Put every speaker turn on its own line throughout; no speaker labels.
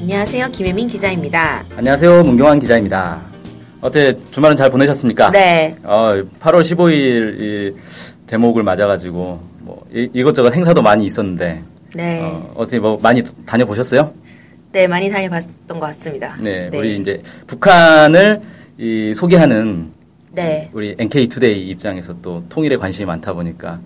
안녕하세요. 김혜민 기자입니다.
안녕하세요. 문경환 기자입니다. 어때 주말은 잘 보내셨습니까?
네.
어, 8월 15일 이 대목을 맞아가지고 뭐 이, 것저것 행사도 많이 있었는데
네.
어, 어떻게 뭐 많이 다녀보셨어요?
네, 많이 다녀봤던 것 같습니다.
네, 우리 이제 북한을 이 소개하는
네.
우리 NK 투데이 입장에서 또 통일에 관심이 많다 보니까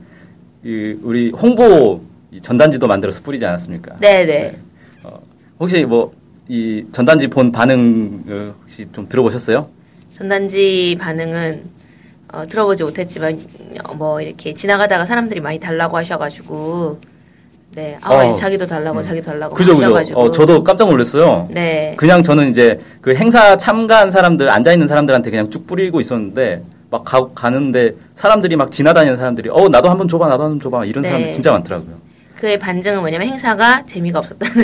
이 우리 홍보 이 전단지도 만들어서 뿌리지 않았습니까?
네, 네.
어, 혹시 뭐 이 전단지 본 반응 어, 혹시 좀 들어보셨어요?
전단지 반응은 어, 들어보지 못했지만 어, 뭐 이렇게 지나가다가 사람들이 많이 달라고 하셔가지고 네, 아
어.
자기도 달라고 자기도 달라고
그죠, 그죠.
하셔가지고
어, 저도 깜짝 놀랐어요.
네,
그냥 저는 이제 그 행사 참가한 사람들, 앉아있는 사람들한테 그냥 쭉 뿌리고 있었는데, 막 가, 가는데 사람들이 막 지나다니는 사람들이, 어, 나도 한번 줘봐, 나도 한번 줘봐. 이런
네.
사람들 진짜 많더라고요.
그의 반증은 뭐냐면 행사가 재미가 없었다는.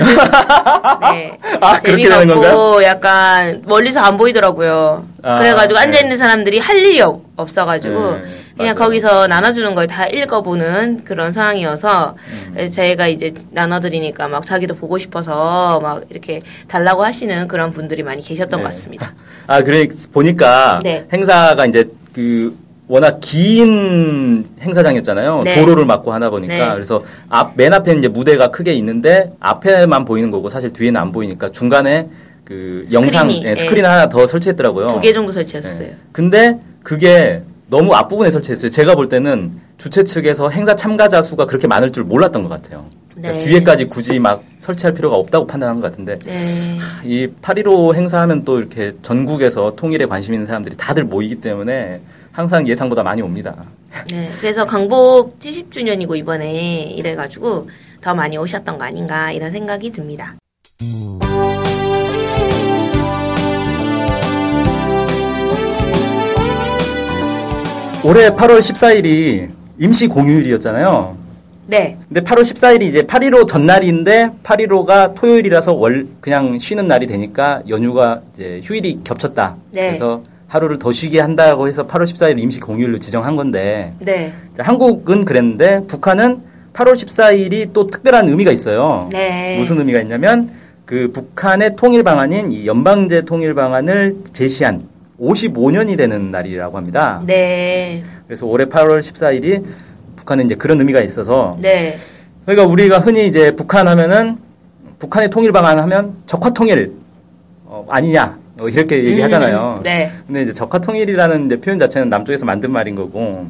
네,
아, 그렇게
재미가
되는
없고
건가요?
약간 멀리서 안 보이더라고요.
아,
그래가지고
네.
앉아 있는 사람들이 할 일이 없, 없어가지고
네,
그냥
맞아요.
거기서 나눠주는 걸 다 읽어보는 그런 상황이어서
음.
그래서 저희가 이제 나눠드리니까 막 자기도 보고 싶어서 막 이렇게 달라고 하시는 그런 분들이 많이 계셨던
네.
것 같습니다.
아, 그래, 보니까
네.
행사가 이제 그, 워낙 긴 행사장이었잖아요.
네.
도로를 막고 하나 보니까.
네.
그래서 앞, 맨 앞에 이제 무대가 크게 있는데 앞에만 보이는 거고 사실 뒤에는 안 보이니까 중간에 그 영상,
스크린이,
예,
예.
스크린 하나 더 설치했더라고요.
두 개 정도 설치했어요.
네. 근데 그게 너무 앞부분에 설치했어요. 제가 볼 때는 주최 측에서 행사 참가자 수가 그렇게 많을 줄 몰랐던 것 같아요. 그러니까
네.
뒤에까지 굳이 막 설치할 필요가 없다고 판단한 것 같은데
네.
이 8.15 행사하면 또 이렇게 전국에서 통일에 관심 있는 사람들이 다들 모이기 때문에 항상 예상보다 많이 옵니다.
네, 그래서 강복 70주년이고 이번에 이래가지고 더 많이 오셨던 거 아닌가 이런 생각이 듭니다.
올해 8월 14일이 임시 공휴일이었잖아요.
네,
근데 8월 14일이 이제 8.15 전날인데 8.15가 토요일이라서 월 그냥 쉬는 날이 되니까 연휴가 이제 휴일이 겹쳤다.
네.
그래서 하루를 더 쉬게 한다고 해서 8월 14일 임시 공휴일로 지정한 건데
네,
이제 한국은 그랬는데 북한은 8월 14일이 또 특별한 의미가 있어요.
네.
무슨 의미가 있냐면 그 북한의 통일 방안인 이 연방제 통일 방안을 제시한 55년이 되는 날이라고 합니다.
네,
그래서 올해 8월 14일이 북한은 이제 그런 의미가 있어서
네,
그러니까 우리가 흔히 이제 북한 하면은 북한의 통일 방안 하면 적화 통일 어, 아니냐 어, 이렇게 얘기하잖아요.
음, 네,
근데 이제 적화 통일이라는 이제 표현 자체는 남쪽에서 만든 말인 거고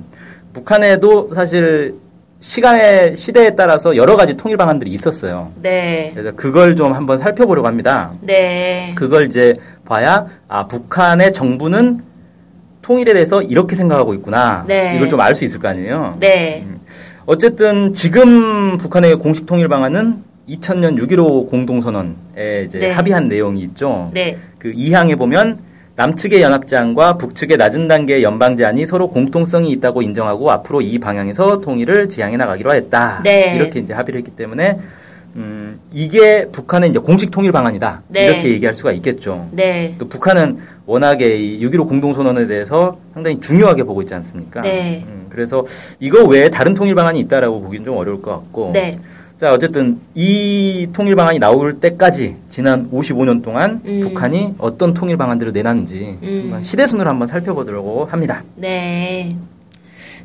북한에도 사실 시간의 시대에 따라서 여러 가지 통일 방안들이 있었어요.
네,
그래서 그걸 좀 한번 살펴보려고 합니다.
네,
그걸 이제 봐야 아 북한의 정부는 통일에 대해서 이렇게 생각하고 있구나
네.
이걸 좀 알 수 있을 거 아니에요.
네,
어쨌든 지금 북한의 공식 통일 방안은 2000년 6.15 공동선언에 이제
네.
합의한 내용이 있죠.
네,
그 2항에 보면 남측의 연합제안과 북측의 낮은 단계의 연방제안이 서로 공통성이 있다고 인정하고 앞으로 이 방향에서 통일을 지향해 나가기로 했다.
네.
이렇게 이제 합의를 했기 때문에 음, 이게 북한의 이제 공식 통일 방안이다.
네.
이렇게 얘기할 수가 있겠죠.
네,
또 그러니까 북한은 워낙에 이6.15 공동선언에 대해서 상당히 중요하게 보고 있지 않습니까?
네.
음, 그래서 이거 외에 다른 통일 방안이 있다라고 보기는 좀 어려울 것 같고.
네,
자, 어쨌든 이 통일 방안이 나올 때까지 지난 55년 동안
음.
북한이 어떤 통일 방안들을 내놨는지
음.
한번 시대순으로 한번 살펴보려고 합니다.
네.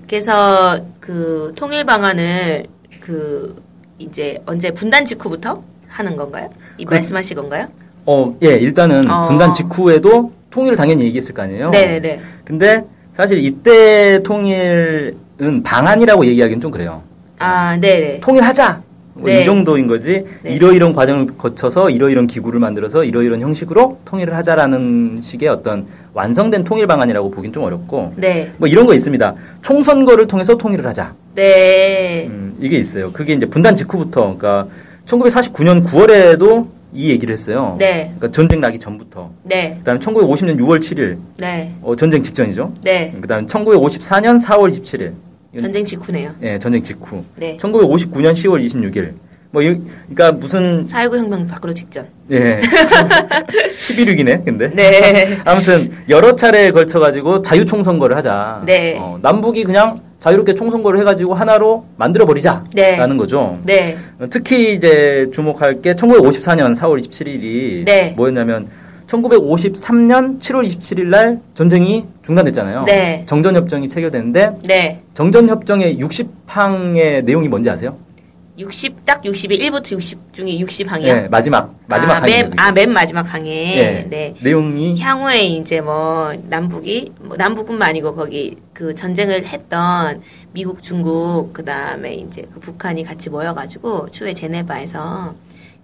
그래서 그 통일 방안을 그 이제 언제 분단 직후부터 하는 건가요? 이
그-
말씀하신 건가요?
어, 예, 일단은
어.
분단 직후에도 통일을 당연히 얘기했을 거 아니에요?
네, 네,
근데 사실 이때 통일은 방안이라고 얘기하기는 좀 그래요.
아, 네, 네,
통일하자. 뭐
네.
이 정도인 거지.
네.
이러이런 과정을 거쳐서 이러이런 기구를 만들어서 이러이런 형식으로 통일을 하자라는 식의 어떤 완성된 통일 방안이라고 보긴 좀 어렵고
네,
뭐 이런 거 있습니다. 총선거를 통해서 통일을 하자.
네,
음, 이게 있어요. 그게 이제 분단 직후부터 그러니까 1949년 9월에도 이 얘기를 했어요.
네.
그러니까 전쟁 나기 전부터.
네,
그다음에 1950년 6월 7일
네,
어, 전쟁 직전이죠.
네.
그다음에 1954년 4월 27일.
전쟁 직후네요.
예, 전쟁 직후.
네.
1959년 10월 26일. 뭐 이, 그러니까 무슨
4.19 혁명 밖으로 직전.
예. 11위기네. 근데.
네.
아무튼 여러 차례에 걸쳐 가지고 자유 총선거를 하자.
네.
어, 남북이 그냥 자유롭게 총선거를 해 가지고 하나로 만들어 버리자라는
네.
거죠.
네.
특히 이제 주목할 게 1954년 4월 27일이
네.
뭐였냐면 1953년 7월 27일 날 전쟁이 중단됐잖아요.
네.
정전협정이 체결됐는데
네.
정전협정의 60항의 내용이 뭔지 아세요?
60, 딱 60이 1부터 60 중에 60 항이요?
네, 마지막 마지막
아,
항이거든요.
맨, 아, 맨 마지막 항에.
예,
네.
내용이
향후에 이제 뭐 남북이 뭐 남북뿐만 아니고 거기 그 전쟁을 했던 미국, 중국 그다음에 이제 그 북한이 같이 모여 가지고 추후에 제네바에서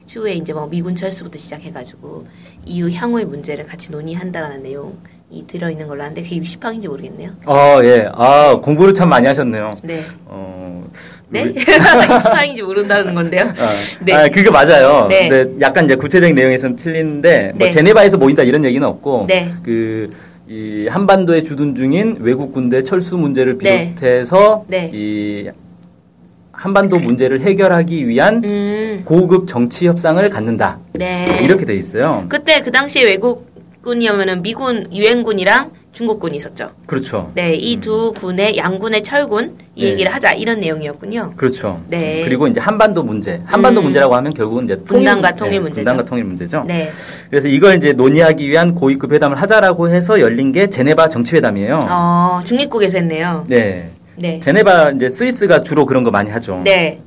추후에 이제 뭐 미군 철수부터 시작해 가지고 이후 향후의 문제를 같이 논의한다라는 내용이 들어 있는 걸로 아는데 그게 60항인지 모르겠네요.
아, 예. 아, 공부를 참 많이 하셨네요.
네.
어.
네? 60항인지 모른다는 건데요.
아,
네.
아, 그게 맞아요.
네.
근데 약간 이제 구체적인 내용에서는 틀리는데 뭐
네.
제네바에서 모인다 이런 얘기는 없고
네.
그 이 한반도에 주둔 중인 외국 군대 철수 문제를
네.
비롯해서
네.
이 한반도 문제를 해결하기 위한
음.
고급 정치 협상을 갖는다.
네.
이렇게 돼 있어요.
그때 그 당시에 외국군이면은 미군 유엔군이랑 중국군이 있었죠.
그렇죠.
네, 이 두 군의 양군의 철군 이
네.
얘기를 하자 이런 내용이었군요.
그렇죠.
네.
그리고 이제 한반도 문제. 한반도
음.
문제라고 하면 결국은 이제 통일,
분단과 통일 문제죠.
분단과 통일 문제죠.
네,
그래서 이걸 이제 논의하기 위한 고위급 회담을 하자라고 해서 열린 게 제네바 정치회담이에요.
어, 중립국에서 했네요.
네.
네,
제네바 이제 스위스가 주로 그런 거 많이 하죠.
네,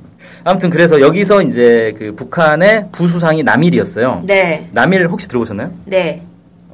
아무튼 그래서 여기서 이제 그 북한의 부수상이 남일이었어요.
네,
남일 혹시 들어보셨나요?
네.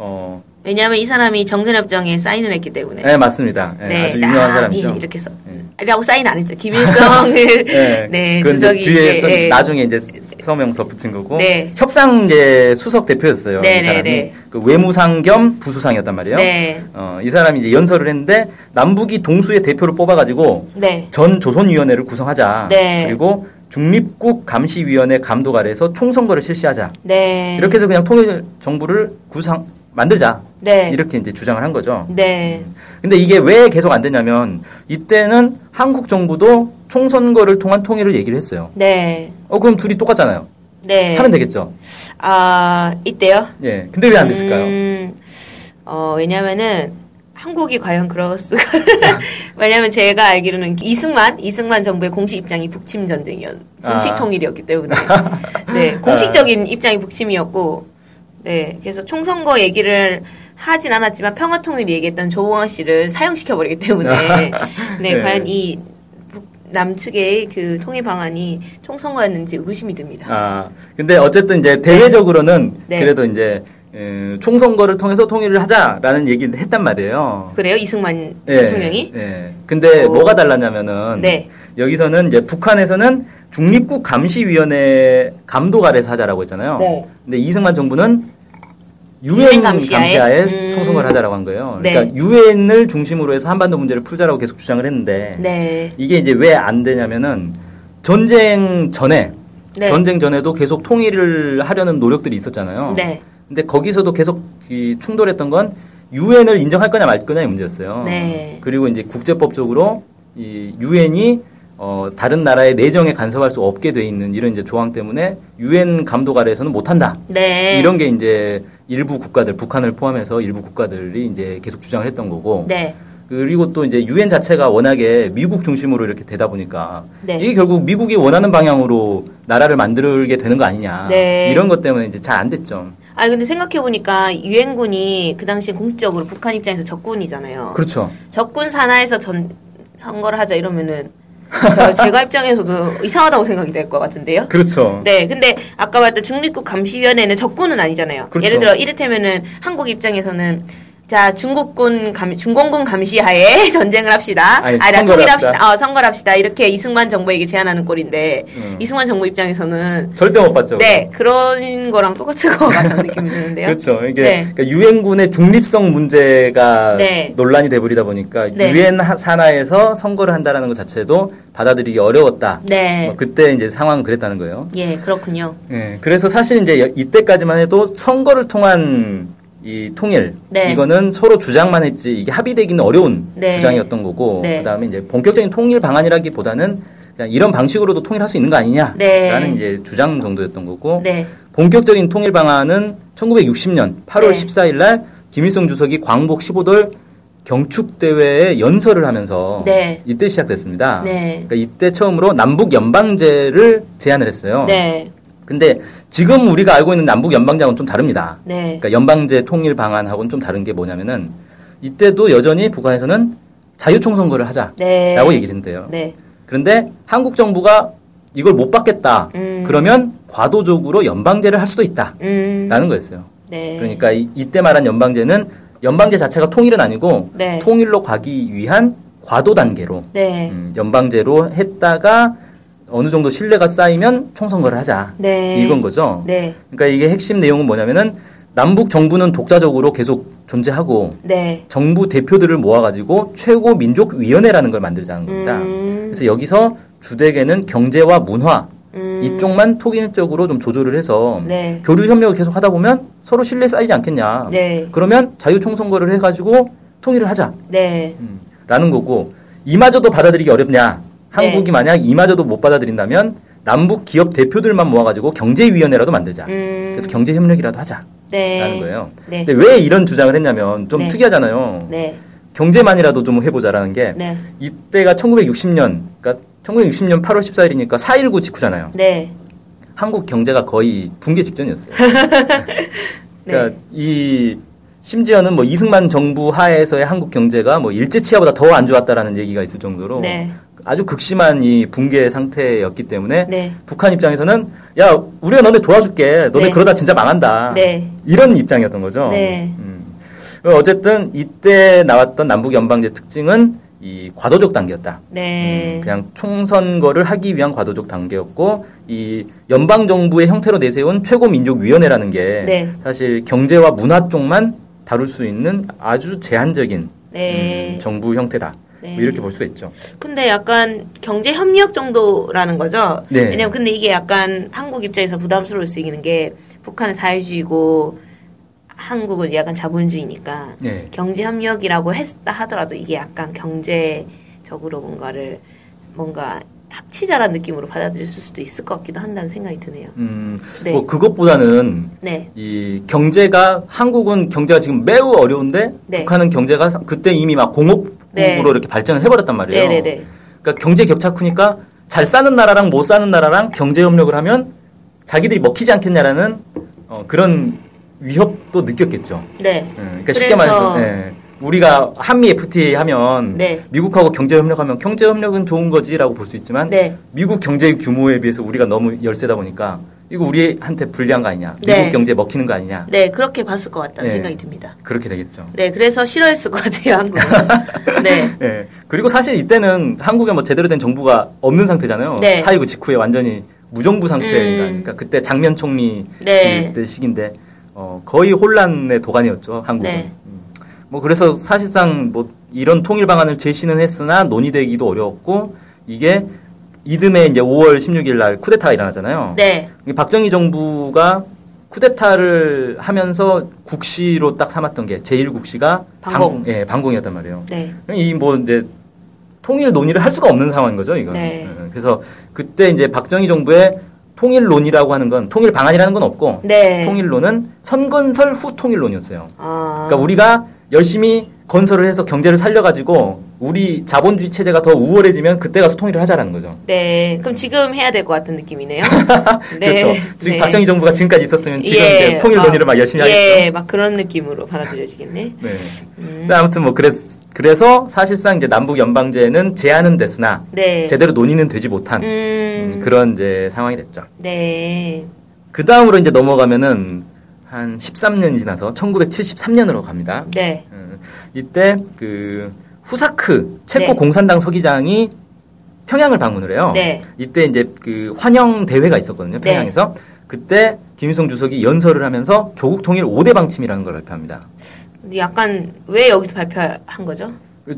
어,
왜냐하면 이 사람이 정전협정에 사인을 했기 때문에.
네, 맞습니다. 네, 아주
나-
유명한 사람이죠.
이- 이렇게 써.
네.
라고 사인 안 했죠. 김일성을.
네,
네,
그건 이제
주석이.
뒤에
이제,
서-
예.
나중에 이제 서명 덧붙인 거고
네.
협상 이제 수석 대표였어요.
네,
이
네,
사람이
네.
그 외무상 겸 부수상이었단 말이에요.
네.
어, 이 사람이 이제 연설을 했는데 남북이 동수의 대표를 뽑아가지고
네,
전 조선위원회를 구성하자.
네.
그리고 중립국 감시위원회 감독 아래에서 총선거를 실시하자.
네.
이렇게 해서 그냥 통일 정부를 구상 만들자.
네.
이렇게 이제 주장을 한 거죠.
네.
근데 이게 왜 계속 안 되냐면 이때는 한국 정부도 총선거를 통한 통일을 얘기를 했어요.
네.
어 그럼 둘이 똑같잖아요.
네.
하면 되겠죠.
아, 이때요?
예. 근데 왜 안 됐을까요?
음, 어, 왜냐면은 한국이 과연 그럴 수가 왜냐면 제가 알기로는 이승만 이승만 정부의 공식 입장이 북침 전쟁이었 공식
아.
통일이었기 때문에 네 공식적인 입장이 북침이었고 네 그래서 총선거 얘기를 하진 않았지만 평화 통일 얘기했던 조홍원 씨를 사용시켜 버리기 때문에 네,
네.
과연 이 북- 남측의 그 통일 방안이 총선거였는지 의심이 듭니다.
아 근데 어쨌든 이제 대외적으로는
네.
그래도 이제 음, 총선거를 통해서 통일을 하자라는 얘기를 했단 말이에요.
그래요 이승만
예,
대통령이?
예. 근데
어.
뭐가 달랐냐면은
네.
여기서는 이제 북한에서는 중립국 감시위원회 감독 아래서 하자라고 했잖아요.
네.
근데 이승만 정부는 유엔
유엔
감시하에,
감시하에? 음.
총선거를 하자라고 한 거예요.
네.
그러니까 유엔을 중심으로 해서 한반도 문제를 풀자라고 계속 주장을 했는데
네.
이게 이제 왜 안 되냐면은 전쟁 전에
네.
전쟁 전에도 계속 통일을 하려는 노력들이 있었잖아요.
네.
근데 거기서도 계속 이 충돌했던 건 유엔을 인정할 거냐 말 거냐의 문제였어요.
네.
그리고 이제 국제법적으로 이 유엔이 어, 다른 나라의 내정에 간섭할 수 없게 돼 있는 이런 이제 조항 때문에 유엔 감독 아래에서는 못 한다.
네.
이런 게 이제 일부 국가들 북한을 포함해서 일부 국가들이 이제 계속 주장을 했던 거고
네.
그리고 또 이제 유엔 자체가 워낙에 미국 중심으로 이렇게 되다 보니까
네.
이게 결국 미국이 원하는 방향으로 나라를 만들게 되는 거 아니냐
네.
이런 것 때문에 이제 잘 안 됐죠.
아 근데 생각해 보니까 유엔군이 그 당시 공식적으로 북한 입장에서 적군이잖아요.
그렇죠.
적군 산하에서 전 선거를 하자 이러면은 저- 제가 입장에서도 이상하다고 생각이 될 것 같은데요.
그렇죠.
네, 근데 아까 말했던 중립국 감시위원회는 적군은 아니잖아요.
그렇죠.
예를 들어 이를테면은 한국 입장에서는 자, 중국군 감, 중공군 감시하에 전쟁을 합시다.
아니,
아니라
선거를
통일합시다.
합시다.
어, 선거를 합시다. 이렇게 이승만 정부에게 제안하는 꼴인데,
음.
이승만 정부 입장에서는,
절대 못 봤죠.
네, 그런 거랑 똑같은 것 같다는 느낌이 드는데요.
그렇죠. 이게
네.
그러니까 유엔군의 중립성 문제가
네.
논란이 돼버리다 보니까
네.
유엔 하- 산하에서 선거를 한다라는 것 자체도 받아들이기 어려웠다.
네.
뭐 그때 이제 상황은 그랬다는 거예요.
예, 그렇군요.
예, 그래서 사실 이제 여- 이때까지만 해도 선거를 통한 이 통일
네.
이거는 서로 주장만 했지 이게 합의되기는 어려운
네.
주장이었던 거고
네.
그다음에 이제 본격적인 통일 방안이라기보다는 그냥 이런 방식으로도 통일할 수 있는 거 아니냐라는
네.
이제 주장 정도였던 거고
네.
본격적인 통일 방안은 1960년
네.
8월 14일 날 김일성 주석이 광복 15돌 경축 대회에 연설을 하면서
네.
이때 시작됐습니다.
네.
그러니까 이때 처음으로 남북 연방제를 제안을 했어요.
네.
근데 지금 우리가 알고 있는 남북 연방제하고는 좀 다릅니다.
네.
그러니까 연방제 통일 방안하고는 좀 다른 게 뭐냐면은 이때도 여전히 북한에서는 자유총 선거를 하자라고
네.
얘기를 했는데요.
네.
그런데 한국 정부가 이걸 못 받겠다.
음.
그러면 과도적으로 연방제를 할 수도 있다라는
음.
거였어요.
네.
그러니까 이, 이때 말한 연방제는 연방제 자체가 통일은 아니고
네.
통일로 가기 위한 과도 단계로
네.
음, 연방제로 했다가 어느 정도 신뢰가 쌓이면 총선거를 하자.
네.
이건 거죠.
네.
그러니까 이게 핵심 내용은 뭐냐면은 남북 정부는 독자적으로 계속 존재하고
네.
정부 대표들을 모아가지고 최고 민족 위원회라는 걸 만들자는 겁니다.
음.
그래서 여기서 주되게는 경제와 문화
음.
이쪽만 통일적으로 좀 조절을 해서
네.
교류 협력을 계속 하다 보면 서로 신뢰 쌓이지 않겠냐.
네.
그러면 자유총선거를 해가지고 통일을 하자.
네.
음. 라는 거고 이마저도 받아들이기 어렵냐 한국이
네.
만약 이마저도 못 받아들인다면 남북 기업 대표들만 모아가지고 경제위원회라도 만들자
음.
그래서 경제 협력이라도 하자라는
네.
거예요
네.
근데 왜 이런 주장을 했냐면 좀
네.
특이하잖아요
네.
경제만이라도 좀 해보자라는 게
네.
이때가 1960년 그러니까 1960년 8월 14일이니까 4.19 직후잖아요
네.
한국 경제가 거의 붕괴 직전이었어요
네.
그러니까 이 심지어는 뭐 이승만 정부 하에서의 한국 경제가 뭐 일제 치하보다 더 안 좋았다라는 얘기가 있을 정도로
네.
아주 극심한 이 붕괴 상태였기 때문에
네.
북한 입장에서는 야 우리가 너네 도와줄게 너네
네.
그러다 진짜 망한다
네.
이런 입장이었던 거죠.
네.
음. 어쨌든 이때 나왔던 남북 연방제 특징은 이 과도적 단계였다.
네.
음. 그냥 총선거를 하기 위한 과도적 단계였고 이 연방 정부의 형태로 내세운 최고민족위원회라는 게
네.
사실 경제와 문화 쪽만 다룰 수 있는 아주 제한적인
네.
음, 정부 형태다.
네.
뭐 이렇게 볼 수가 있죠.
근데 약간 경제 협력 정도라는 거죠.
네.
왜냐면 근데 이게 약간 한국 입장에서 부담스러울 수 있는 게 북한은 사회주의고 한국은 약간 자본주의니까
네.
경제 협력이라고 했다 하더라도 이게 약간 경제적으로 뭔가를 뭔가 합치자라는 느낌으로 받아들일 수도 있을 것 같기도 한다는 생각이 드네요.
음,
네.
뭐 그것보다는
네.
이 경제가 한국은 경제가 지금 매우 어려운데
네.
북한은 경제가 사- 그때 이미 막 공업국으로
네.
이렇게 발전을 해버렸단 말이에요.
네네네.
그러니까 경제 격차 크니까 잘 사는 나라랑 못 사는 나라랑 경제 협력을 하면 자기들이 먹히지 않겠냐라는 어, 그런 위협도 느꼈겠죠.
네.
예, 그러니까 쉽게
그래서-
말해서 예, 우리가 한미 FTA 하면
네.
미국하고 경제 협력하면 경제 협력은 좋은 거지라고 볼 수 있지만
네.
미국 경제 규모에 비해서 우리가 너무 열세다 보니까 이거 우리한테 불리한 거 아니냐? 미국
네.
경제 먹히는 거 아니냐?
네, 그렇게 봤을 것 같다는
네.
생각이 듭니다.
그렇게 되겠죠.
네, 그래서 싫어했을 것 같아요, 한국은. 네.
예. 그리고 사실 이때는 한국에 뭐 제대로 된 정부가 없는 상태잖아요.
네.
4.19 직후에 완전히 무정부 상태니까.
음.
그러니까 그때 장면 총리
네.
때 시기인데 어, 거의 혼란의 도가니였죠, 한국은.
네.
음. 뭐 그래서 사실상 뭐 이런 통일 방안을 제시는 했으나 논의되기도 어려웠고 이게 이듬해 이제 5월 16일 날 쿠데타가 일어나잖아요.
네.
이게 박정희 정부가 쿠데타를 하면서 국시로 딱 삼았던 게 제1국시가
방공.
예, 방공이었단 말이에요.
네.
이 뭐 이제 통일 논의를 할 수가 없는 상황인 거죠, 이거.
네.
그래서 그때 이제 박정희 정부의 통일론이라고 하는 건 통일 방안이라는 건 없고
네.
통일론은 선건설 후 통일론이었어요.
아.
그러니까 우리가 열심히 건설을 해서 경제를 살려가지고 우리 자본주의 체제가 더 우월해지면 그때 가서 통일을 하자라는 거죠.
네. 그럼 지금 해야 될 것 같은 느낌이네요.
그렇죠.
네.
지금 박정희 정부가 지금까지 있었으면 지금
예,
이제 통일 논의를 막 열심히 하겠죠.
예, 막 그런 느낌으로 받아들여지겠네.
네.
음.
근데 아무튼 뭐 그랬, 그래서 사실상 이제 남북 연방제는 제안은 됐으나
네.
제대로 논의는 되지 못한
음.
음, 그런 이제 상황이 됐죠.
네.
그 다음으로 이제 넘어가면은 한 13년이 지나서 1973년으로 갑니다.
네.
음, 이때 그 후사크 체코
네.
공산당 서기장이 평양을 방문을 해요.
네.
이때 이제 그 환영 대회가 있었거든요.
네.
평양에서. 그때 김일성 주석이 연설을 하면서 조국 통일 5대 방침이라는 걸 발표합니다. 음.
근데 약간 왜 여기서 발표한 거죠?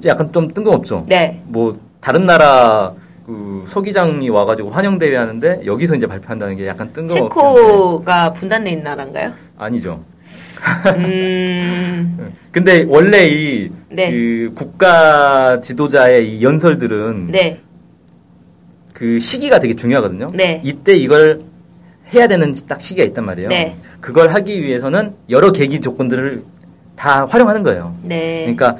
약간 좀 뜬금없죠.
네.
뭐 다른 나라 그 서기장이 와가지고 환영 대회 하는데 여기서 이제 발표한다는 게 약간 뜬금없긴 한데.
체코가 분단된 나라인가요?
아니죠. 네.
음,
근데 원래 이
네.
그 국가 지도자의 이 연설들은
네.
그 시기가 되게 중요하거든요.
네.
이때 이걸 해야 되는 딱 시기가 있단 말이에요.
네.
그걸 하기 위해서는 여러 계기 조건들을 다 활용하는 거예요.
네.
그러니까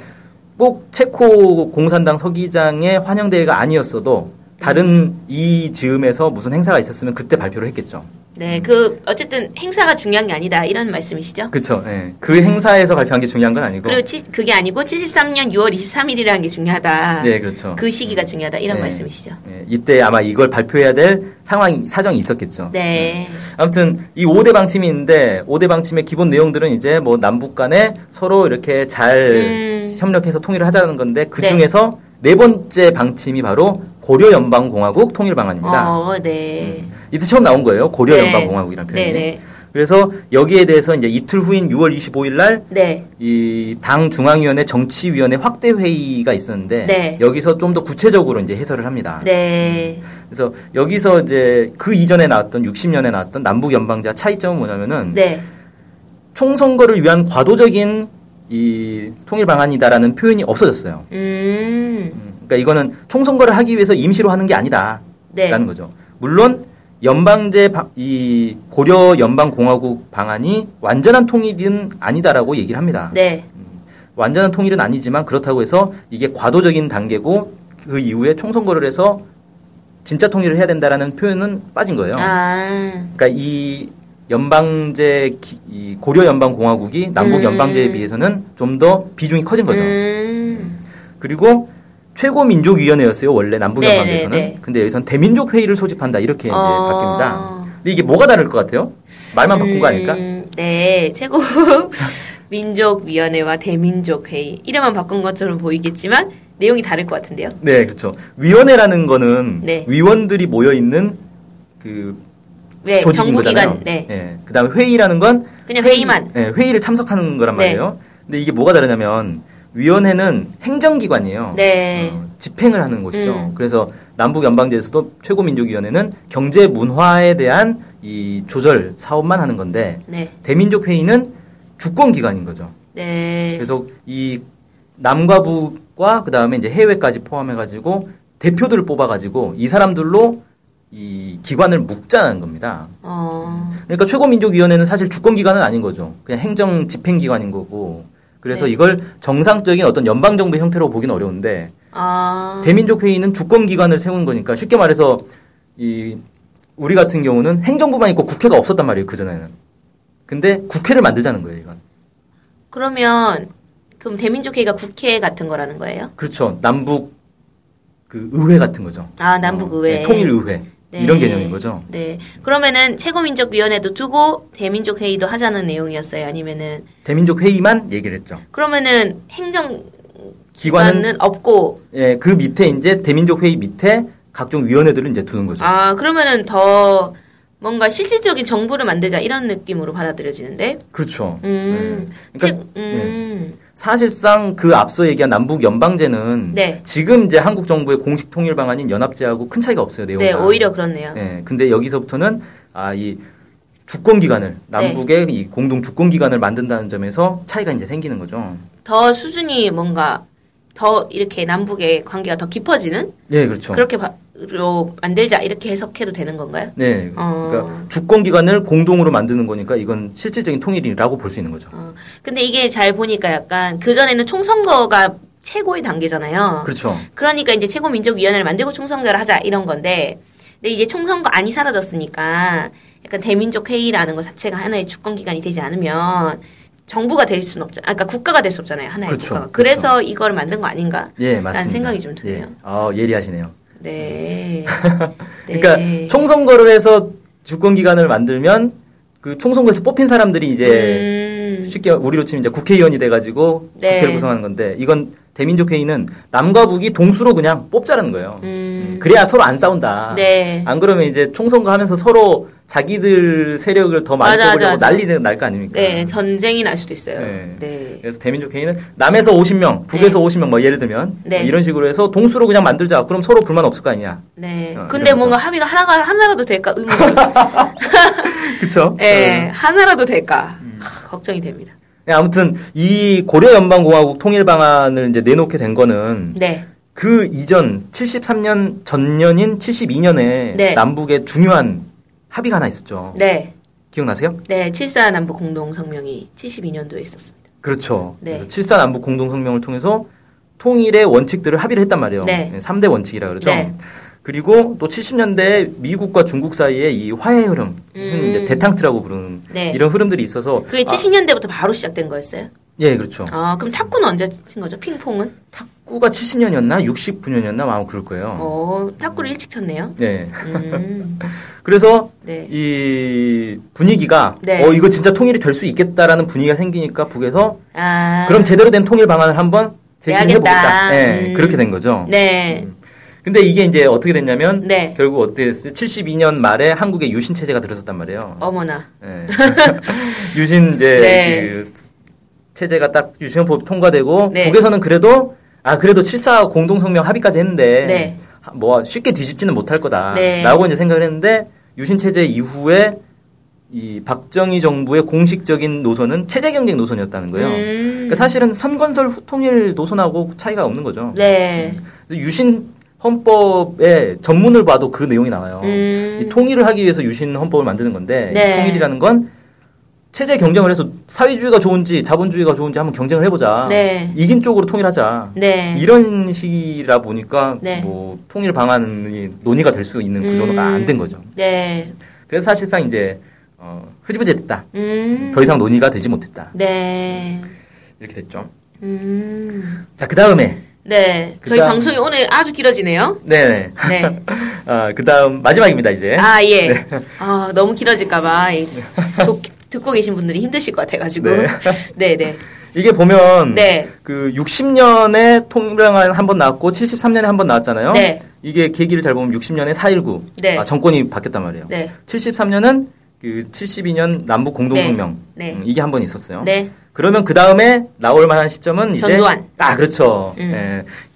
꼭 체코 공산당 서기장의 환영대회가 아니었어도 다른
음.
이 즈음에서 무슨 행사가 있었으면 그때 발표를 했겠죠.
네. 그, 어쨌든 행사가 중요한 게 아니다. 이런 말씀이시죠?
그렇죠. 예. 그 행사에서 발표한 게 중요한 건 아니고.
그리고 치- 그게 아니고 73년 6월 23일이라는 게 중요하다.
네, 그렇죠.
그 시기가 중요하다. 이런
네.
말씀이시죠?
예, 이때 아마 이걸 발표해야 될 상황 사정이 있었겠죠.
네.
아무튼 이 5대 방침이 있는데 5대 방침의 기본 내용들은 이제 뭐 남북 간에 서로 이렇게 잘
음.
협력해서 통일을 하자는 건데 그
네.
중에서 네. 번째 방침이 바로 고려 연방 공화국 통일 방안입니다.
어, 네.
이때 처음 나온 거예요. 고려
네.
음. 연방 공화국이라는 표현이.
네,
그래서 여기에 대해서 이제 이틀 후인 6월 25일 날
네.
이 당 중앙위원회 정치위원회 확대 회의가 있었는데
네.
여기서 좀 더 구체적으로 이제 해설을 합니다.
네. 네.
그래서 여기서 이제 그 이전에 나왔던 60년에 나왔던 남북 연방자 차이점은 뭐냐면은
네.
총선거를 위한 과도적인 이 통일 방안이다라는 표현이 없어졌어요.
음.
그러니까 이거는 총선거를 하기 위해서 임시로 하는 게 아니다라는
네.
거죠. 물론 연방제 바- 이 고려 연방 공화국 방안이 완전한 통일은 아니다라고 얘기를 합니다.
네.
완전한 통일은 아니지만 그렇다고 해서 이게 과도적인 단계고 그 이후에 총선거를 해서 진짜 통일을 해야 된다라는 표현은 빠진 거예요.
아.
그러니까 이 연방제 기- 이 고려 연방 공화국이 남북
음.
연방제에 비해서는 좀 더 비중이 커진 거죠.
음.
그리고 최고 민족 위원회였어요. 원래 남북
네,
연방에서는.
네, 네.
근데 여기선 대민족 회의를 소집한다 이렇게 이제
어.
바뀝니다. 근데 이게 뭐가 다를 것 같아요? 말만 바꾼 거 아닐까?
음, 네. 최고 민족위원회와 대민족 회의. 이름만 바꾼 것처럼 보이겠지만 내용이 다를 것 같은데요.
네, 그렇죠. 위원회라는 거는
네.
위원들이 모여 있는 그
네.
조직인
정부기관.
거잖아요.
네.
예, 그다음에 회의라는 건
그냥
회의-
회의만.
예, 회의를 참석하는 거란
네.
말이에요. 근데 이게 뭐가 다르냐면 위원회는 행정기관이에요.
네.
어, 집행을 하는 곳이죠.
음.
그래서 남북 연방제에서도 최고민족위원회는 경제 문화에 대한 이 조절 사업만 하는 건데
네.
대민족 회의는 주권 기관인 거죠.
네.
그래서 이 남과 북과 그 다음에 이제 해외까지 포함해 가지고 대표들을 뽑아 가지고 이 사람들로 이 기관을 묶자는 겁니다.
어.
그러니까 최고민족위원회는 사실 주권기관은 아닌 거죠. 그냥 행정 집행기관인 거고. 그래서
네.
이걸 정상적인 어떤 연방정부 의 형태로 보긴 어려운데
아.
대민족 회의는 주권기관을 세운 거니까 쉽게 말해서 이 우리 같은 경우는 행정부만 있고 국회가 없었단 말이에요 그 전에는. 근데 국회를 만들자는 거예요 이건.
그러면 그럼 대민족 회의가 국회 같은 거라는 거예요?
그렇죠 남북 그 의회 같은 거죠.
아, 남북
어,
의회.
네, 통일 의회
네.
이런 개념인 거죠.
네. 그러면은 최고민족 위원회도 두고 대민족 회의도 하자는 내용이었어요. 아니면은
대민족 회의만 얘기를 했죠.
그러면은 행정
기관은
기관은 없고
예, 그 밑에 이제 대민족 회의 밑에 각종 위원회들을 이제 두는 거죠.
아, 그러면은 더 뭔가 실질적인 정부를 만들자 이런 느낌으로 받아들여지는데.
그렇죠.
음.
예. 그러니까
즉, 음.
사실상 그 앞서 얘기한 남북 연방제는
네.
지금 이제 한국 정부의 공식 통일 방안인 연합제하고 큰 차이가 없어요
네,
내용이.
오히려 그렇네요.
네, 근데 여기서부터는 아 이 주권
네.
기관을 남북의 이 공동 주권 기관을 만든다는 점에서 차이가 이제 생기는 거죠.
더 수준이 뭔가 더 이렇게 남북의 관계가 더 깊어지는
네, 그렇죠.
그렇게 바- 로 만들자 이렇게 해석해도 되는 건가요?
네,
어.
그러니까 주권 기관을 공동으로 만드는 거니까 이건 실질적인 통일이라고 볼 수 있는 거죠.
어, 근데 이게 잘 보니까 약간 그 전에는 총선거가 최고의 단계잖아요.
그렇죠.
그러니까 이제 최고민족위원회를 만들고 총선거를 하자 이런 건데, 근데 이제 총선거 안이 사라졌으니까 약간 대민족 회의라는 것 자체가 하나의 주권 기관이 되지 않으면 정부가 될 수는 없잖아요. 아까 국가가 될 수 없잖아요. 하나의
그렇죠.
국가가. 그래서 이걸 만든 거 아닌가?
예, 맞습니다.
라는 생각이 좀 드네요.
예. 아, 예리하시네요.
네. 네.
그러니까 총선거를 해서 주권 기관을 만들면 그 총선거에서 뽑힌 사람들이 이제
음,
쉽게 우리로 치면 이제 국회의원이 돼가지고
네.
국회를 구성하는 건데 이건 대민족 회의는 남과 북이 동수로 그냥 뽑자라는 거예요. 음, 그래야 서로 안 싸운다.
네.
안 그러면 이제 총선거 하면서 서로 자기들 세력을 더 많이
맞아, 맞아,
뽑으려고
맞아.
난리 날 거 아닙니까?
네, 전쟁이 날 수도 있어요.
네.
네.
그래서 대민족 회의는 남에서 50명, 북에서 50명 뭐 예를 들면
네.
뭐 이런 식으로 해서 동수로 그냥 만들자. 그럼 서로 불만 없을 거 아니냐.
네.
어,
근데
이런
뭔가
거.
합의가 하나가 하나라도 될까 의문.
그렇죠?
네, 하나라도 될까
음.
하, 걱정이 됩니다.
네, 아무튼 이 고려 연방공화국 통일 방안을 이제 내놓게 된 거는
네,
그 이전 73년 전년인 72년에
네.
남북의 중요한 합의가 하나 있었죠.
네,
기억나세요?
네. 74 남북 공동 성명이 72년도에 있었습니다.
그렇죠.
네.
그래서 7사 남북 공동 성명을 통해서 통일의 원칙들을 합의를 했단 말이에요.
네.
3대 원칙이라 그러죠.
네.
그리고 또 70년대 미국과 중국 사이에 이 화해 흐름, 흔히 이제 대탕트라고 부르는
음. 네.
이런 흐름들이 있어서
그게
아,
70년대부터 바로 시작된 거였어요.
예, 그렇죠.
아, 그럼 탁구는 언제 친 거죠? 핑퐁은?
탁구가 70년이었나 69년이었나 아마 그럴 거예요.
어, 탁구를 일찍 쳤네요.
네.
음,
그래서
네.
이 분위기가
네.
어 이거 진짜 통일이 될 수 있겠다라는 분위기가 생기니까 북에서
아,
그럼 제대로 된 통일 방안을 한번 제시해
해야겠다.
보겠다. 예,
음.
그렇게 된 거죠.
네,
근데 이게 이제 어떻게 됐냐면
네.
결국 어떻게 됐어요? 72년 말에 한국에 유신 체제가 들어섰단 말이에요.
어머나,
예. 유신 이제
네.
그 체제가 딱 유신헌법 통과되고
네.
북에서는 그래도 아 그래도 74 공동성명 합의까지 했는데
네.
하- 뭐 쉽게 뒤집지는 못할
네.
거다라고 이제 생각을 했는데 유신 체제 이후에 이 박정희 정부의 공식적인 노선은 체제 경쟁 노선이었다는 거예요.
음.
그러니까 사실은 선건설 후통일 노선하고 차이가 없는 거죠.
네,
유신 헌법의 전문을 봐도 그 내용이 나와요.
음.
이 통일을 하기 위해서 유신 헌법을 만드는 건데 이
네.
통일이라는 건 체제 경쟁을 해서 사회주의가 좋은지 자본주의가 좋은지 한번 경쟁을 해보자.
네.
이긴 쪽으로 통일하자.
네.
이런 식이라 보니까
네.
뭐 통일 방안이 논의가 될 수 있는 구조가
음.
안 된 거죠.
네,
그래서 사실상 이제 어, 흐지부지됐다.
음,
더 이상 논의가 되지 못했다.
네,
이렇게 됐죠.
음,
자 그 다음에
네. 저희
그다음-
방송이 오늘 아주 길어지네요.
네.
네.
아, 그 다음 마지막입니다 이제.
아, 예.
네.
아, 너무 길어질까봐. 이- 독- 듣고 계신 분들이 힘드실 것 같아가지고.
네.
네, 네.
이게 보면
네.
그 60년에 통일방안 한번 나왔고 73년에 한 번 나왔잖아요.
네.
이게 계기를 잘 보면 60년에 4.19
네.
아, 정권이 바뀌었단 말이에요.
네.
73년은 그 72년 남북 공동성명
네. 네.
음, 이게 한 번 있었어요.
네.
그러면 그 다음에 나올 만한 시점은 이제
전두환.
아 그렇죠.
음.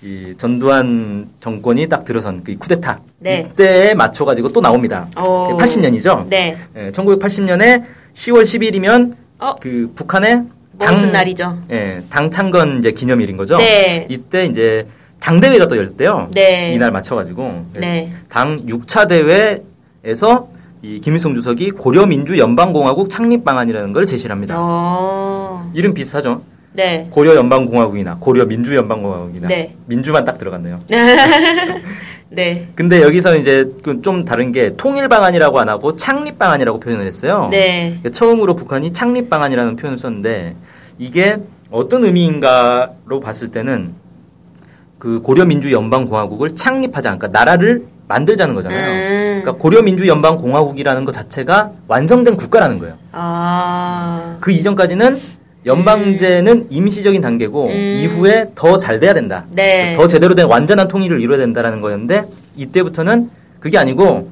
예, 이 전두환 정권이 딱 들어선 그 쿠데타
네.
이때에 맞춰 가지고 또 나옵니다.
어.
80년이죠.
네.
예, 1980년에 10월 10일이면
어?
그 북한의
무슨 날이죠?
예, 당 창건 이제 기념일인 거죠.
네.
이때 이제 당 대회가 또 열대요.
네.
이날 맞춰가지고
네.
당 6차 대회에서 이 김일성 주석이 고려민주연방공화국 창립 방안이라는 걸 제시합니다.
어,
이름 비슷하죠.
네.
고려연방공화국이나 고려민주연방공화국이나
네.
민주만 딱 들어갔네요.
네.
근데 여기서 이제 그좀 다른 게 통일 방안이라고 안 하고 창립 방안이라고 표현을 했어요.
네.
그러니까 처음으로 북한이 창립 방안이라는 표현을 썼는데 이게 어떤 의미인가로 봤을 때는 그 고려민주연방공화국을 창립하자, 그러니까 나라를 만들자는 거잖아요.
음.
그러니까 고려민주연방공화국이라는 것 자체가 완성된 국가라는 거예요.
아,
그 이전까지는 연방제는
음.
임시적인 단계고 이후에 더 잘 돼야 된다.
네.
더 제대로 된 완전한 통일을 이뤄야 된다라는 거였는데 이때부터는 그게 아니고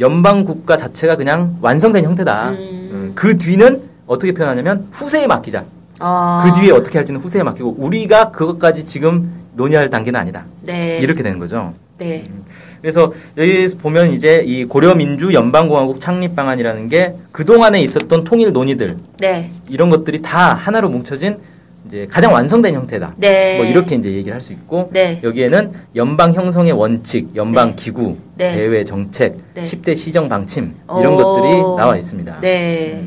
연방 국가 자체가 그냥 완성된 형태다. 음, 그 뒤는 어떻게 표현하냐면 후세에 맡기자.
어,
그 뒤에 어떻게 할지는 후세에 맡기고 우리가 그것까지 지금 논의할 단계는 아니다.
네.
이렇게 되는 거죠.
네.
그래서 여기서 보면 이제 이 고려민주 연방공화국 창립 방안이라는 게그 동안에 있었던 통일 논의들
네.
이런 것들이 다 하나로 뭉쳐진 이제 가장 완성된 형태다.
네.
뭐 이렇게 이제 얘기를 할 수 있고
네.
여기에는 연방 형성의 원칙, 연방 기구,
네.
대외 정책,
네.
10대 시정 방침 이런
오.
것들이 나와 있습니다.
네.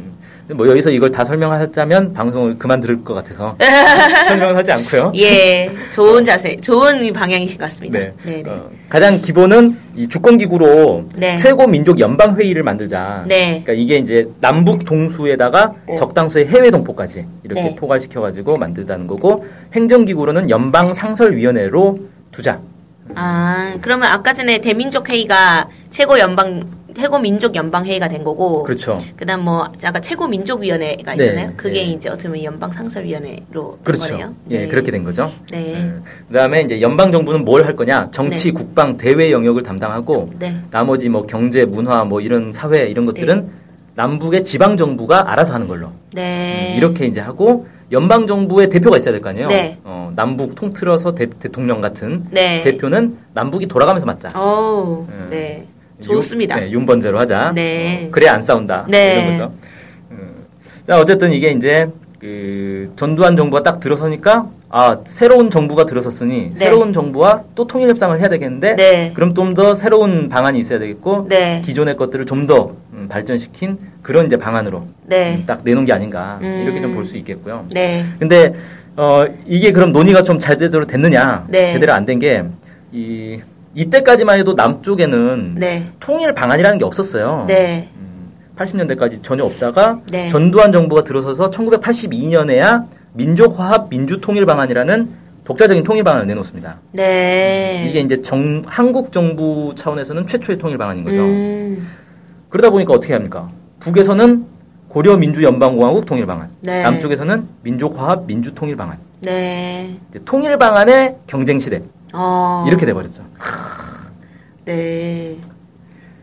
뭐 여기서 이걸 다 설명하셨다면 방송을 그만 들을 것 같아서 설명을 하지 않고요.
예. 좋은 자세, 좋은 방향이신 것 같습니다.
네.
네. 네.
어, 가장 기본은 이 주권기구로
네.
최고 민족 연방 회의를 만들자.
네.
그러니까 이게 이제 남북 동수에다가 적당수의 해외 동포까지 이렇게
네.
포괄시켜 가지고 만들다는 거고 행정기구로는 연방 상설위원회로 두자.
아, 그러면 아까 전에 대민족 회의가 최고 연방 최고 민족 연방 회의가 된 거고
그렇죠.
그다음 뭐 아까 최고 민족 위원회가
네,
있잖아요. 그게
네.
이제 어떻게 보면 연방 상설 위원회로 된
그렇죠.
거네요.
예, 그렇게 된 거죠.
네.
음, 그다음에 이제 연방 정부는 뭘 할 거냐? 정치,
네.
국방, 대외 영역을 담당하고
네.
나머지 뭐 경제, 문화, 뭐 이런 사회 이런 것들은 남북의 지방 정부가 알아서 하는 걸로
네.
음, 이렇게 이제 하고 연방 정부의 대표가 있어야 될 거 아니에요.
네.
어, 남북 통틀어서 대, 통령 같은
네.
대표는 남북이 돌아가면서 맞자.
어우,
음.
네.
윤-
좋습니다.
네, 윤번제로 하자.
네.
어, 그래야 안 싸운다.
네.
이런 거죠. 음, 자, 어쨌든 이게 이제 그 전두환 정부가 딱 들어서니까 아 새로운 정부가 들어섰으니
네.
새로운 정부와 또 통일 협상을 해야 되겠는데
네.
그럼 좀 더 새로운 방안이 있어야 되겠고
네.
기존의 것들을 좀 더 음, 발전시킨 그런 이제 방안으로
네.
음, 딱 내놓은 게 아닌가
음.
이렇게 좀 볼 수 있겠고요.
네.
근데 어 이게 그럼 논의가 좀 제대로 됐느냐?
네.
제대로 안 된 게 이 이때까지만 해도 남쪽에는
네.
통일 방안이라는 게 없었어요.
네.
80년대까지 전혀 없다가
네.
전두환 정부가 들어서서 1982년에야 민족화합 민주통일 방안이라는 독자적인 통일 방안을 내놓습니다.
네.
음, 이게 이제 정- 한국 정부 차원에서는 최초의 통일 방안인 거죠.
음.
그러다 보니까 어떻게 합니까? 북에서는 고려 민주 연방 공화국 통일 방안,
네.
남쪽에서는 민족화합 민주 통일 방안.
네.
이제 통일 방안의 경쟁 시대
어.
이렇게 돼 버렸죠.
네.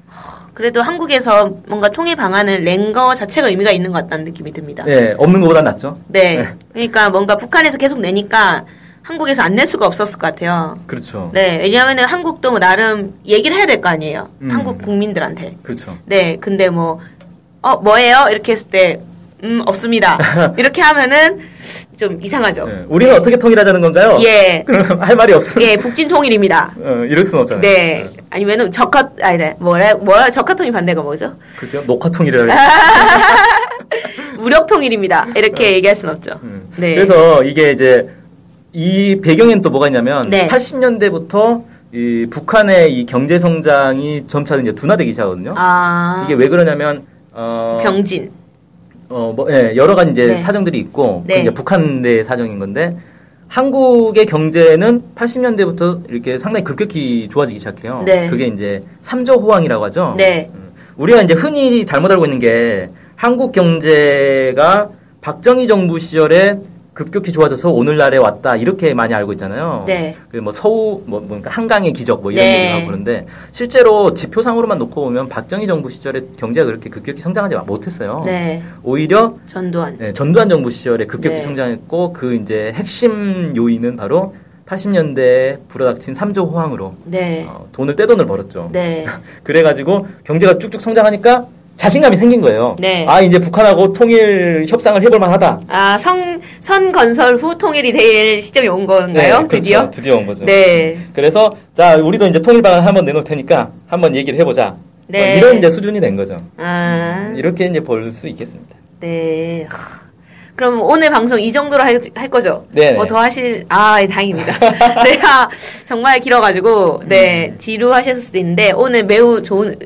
하, 그래도 한국에서 뭔가 통일 방안을 낸 거 자체가 의미가 있는 것 같다는 느낌이 듭니다. 네.
예, 없는 것보다 낫죠. 네.
그러니까 뭔가 북한에서 계속 내니까 한국에서 안 낼 수가 없었을 것 같아요.
그렇죠.
네. 왜냐하면 한국도 뭐 나름 얘기를 해야 될 거 아니에요.
음.
한국 국민들한테.
그렇죠.
네. 근데 뭐, 어, 뭐예요? 이렇게 했을 때, 음, 없습니다. 이렇게 하면은 좀 이상하죠.
예, 우리는 어떻게 통일하자는 건가요?
예.
그럼 할 말이 없어.
예, 북진 통일입니다.
어, 이럴 순 없잖아요. 예,
네. 아니면은 적화, 아니, 네. 뭐래, 뭐야, 적화통일 반대가 뭐죠?
그죠? 그렇죠? 녹화통일이라고.
아, 무력통일입니다. 이렇게 얘기할 순 없죠. 네.
음. 그래서 이게 이제 이 배경엔 또 뭐가 있냐면
네.
80년대부터 이 북한의 이 경제 성장이 점차 이제 둔화되기 시작하거든요.
아,
이게 왜 그러냐면 어,
병진.
어, 뭐, 예, 여러 가지 이제
네.
사정들이 있고,
네.
그 이제 북한 내 사정인 건데, 한국의 경제는 80년대부터 이렇게 상당히 급격히 좋아지기 시작해요.
네.
그게 이제 삼저 호황이라고 하죠.
네.
우리가 이제 흔히 잘못 알고 있는 게 한국 경제가 박정희 정부 시절에 급격히 좋아져서 오늘날에 왔다 이렇게 많이 알고 있잖아요.
네.
그뭐 서우 뭐 뭔가 한강의 기적 뭐 이런
네.
얘기를 하고 그러는데 실제로 지표상으로만 놓고 보면 박정희 정부 시절에 경제가 그렇게 급격히 성장하지 못했어요.
네.
오히려
전두환.
네, 전두환 정부 시절에 급격히
네.
성장했고 그 이제 핵심 요인은 바로 80년대에 불어닥친 삼조 호황으로
네.
어, 돈을 떼돈을 벌었죠.
네.
그래가지고 경제가 쭉쭉 성장하니까 자신감이 생긴 거예요.
네.
아 이제 북한하고 통일 협상을 해볼 만하다.
아, 성, 선 건설 후 통일이 될 시점이 온
네,
건가요?
그렇죠.
드디어?
드디어 온 거죠.
네.
그래서 자 우리도 이제 통일 방안 한번 내놓을 테니까 한번 얘기를 해보자.
네.
뭐 이런 이제 수준이 된 거죠.
아,
이렇게 이제 볼 수 있겠습니다.
네. 하, 그럼 오늘 방송 이 정도로 할, 할 거죠?
네네.
뭐 더 하실, 아, 예, 다행입니다. 네, 아, 정말 길어가지고, 네, 지루하셨을 수도 있는데, 오늘 매우 좋은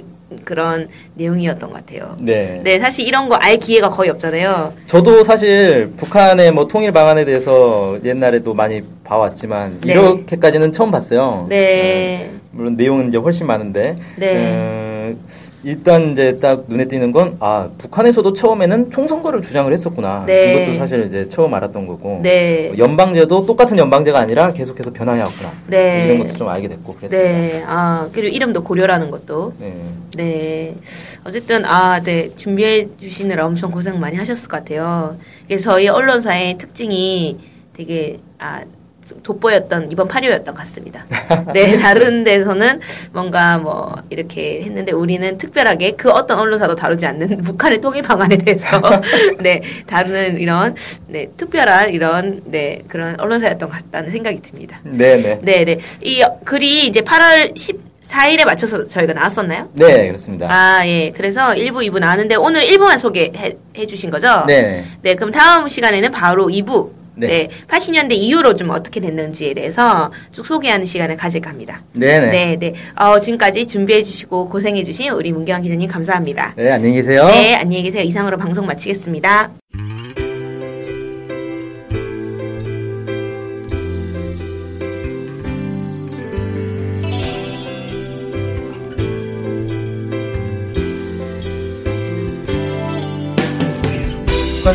그런 내용이었던 것 같아요.
네.
네, 사실 이런 거 알 기회가 거의 없잖아요.
저도 사실 북한의 뭐 통일 방안에 대해서 옛날에도 많이 봐왔지만
네.
이렇게까지는 처음 봤어요.
네.
물론 내용은 이제 훨씬 많은데
네.
어, 일단 이제 딱 눈에 띄는 건 아 북한에서도 처음에는 총선거를 주장을 했었구나
네.
이것도 사실 이제 처음 알았던 거고 뭐
네.
연방제도 똑같은 연방제가 아니라 계속해서 변화해왔구나
네.
이런 것도 좀 알게 됐고 그랬습니다.
네. 아, 그리고 이름도 고려라는 것도.
네.
네. 어쨌든, 아, 네. 준비해주시느라 엄청 고생 많이 하셨을 것 같아요. 이게 저희 언론사의 특징이 되게, 아, 돋보였던 이번 8.15였던 것 같습니다. 네, 다른 데서는 뭔가 뭐 이렇게 했는데 우리는 특별하게 그 어떤 언론사도 다루지 않는 북한의 통일 방안에 대해서 네, 다루는 이런 네, 특별한 이런 네, 그런 언론사였던 것 같다는 생각이 듭니다.
네네.
네네. 이 글이 이제 8월 14일에 맞춰서 저희가 나왔었나요?
네 그렇습니다.
아, 예. 그래서 1부, 2부 나왔는데 오늘 1부만 소개해 해 주신 거죠?
네.
네, 그럼 다음 시간에는 바로 2부.
네.
네. 80년대 이후로 좀 어떻게 됐는지에 대해서 쭉 소개하는 시간을 가질까 합니다.
네네.
네, 네. 어, 지금까지 준비해 주시고 고생해 주신 우리 문경환 기자님 감사합니다.
네, 안녕히 계세요.
네, 안녕히 계세요. 이상으로 방송 마치겠습니다.
북한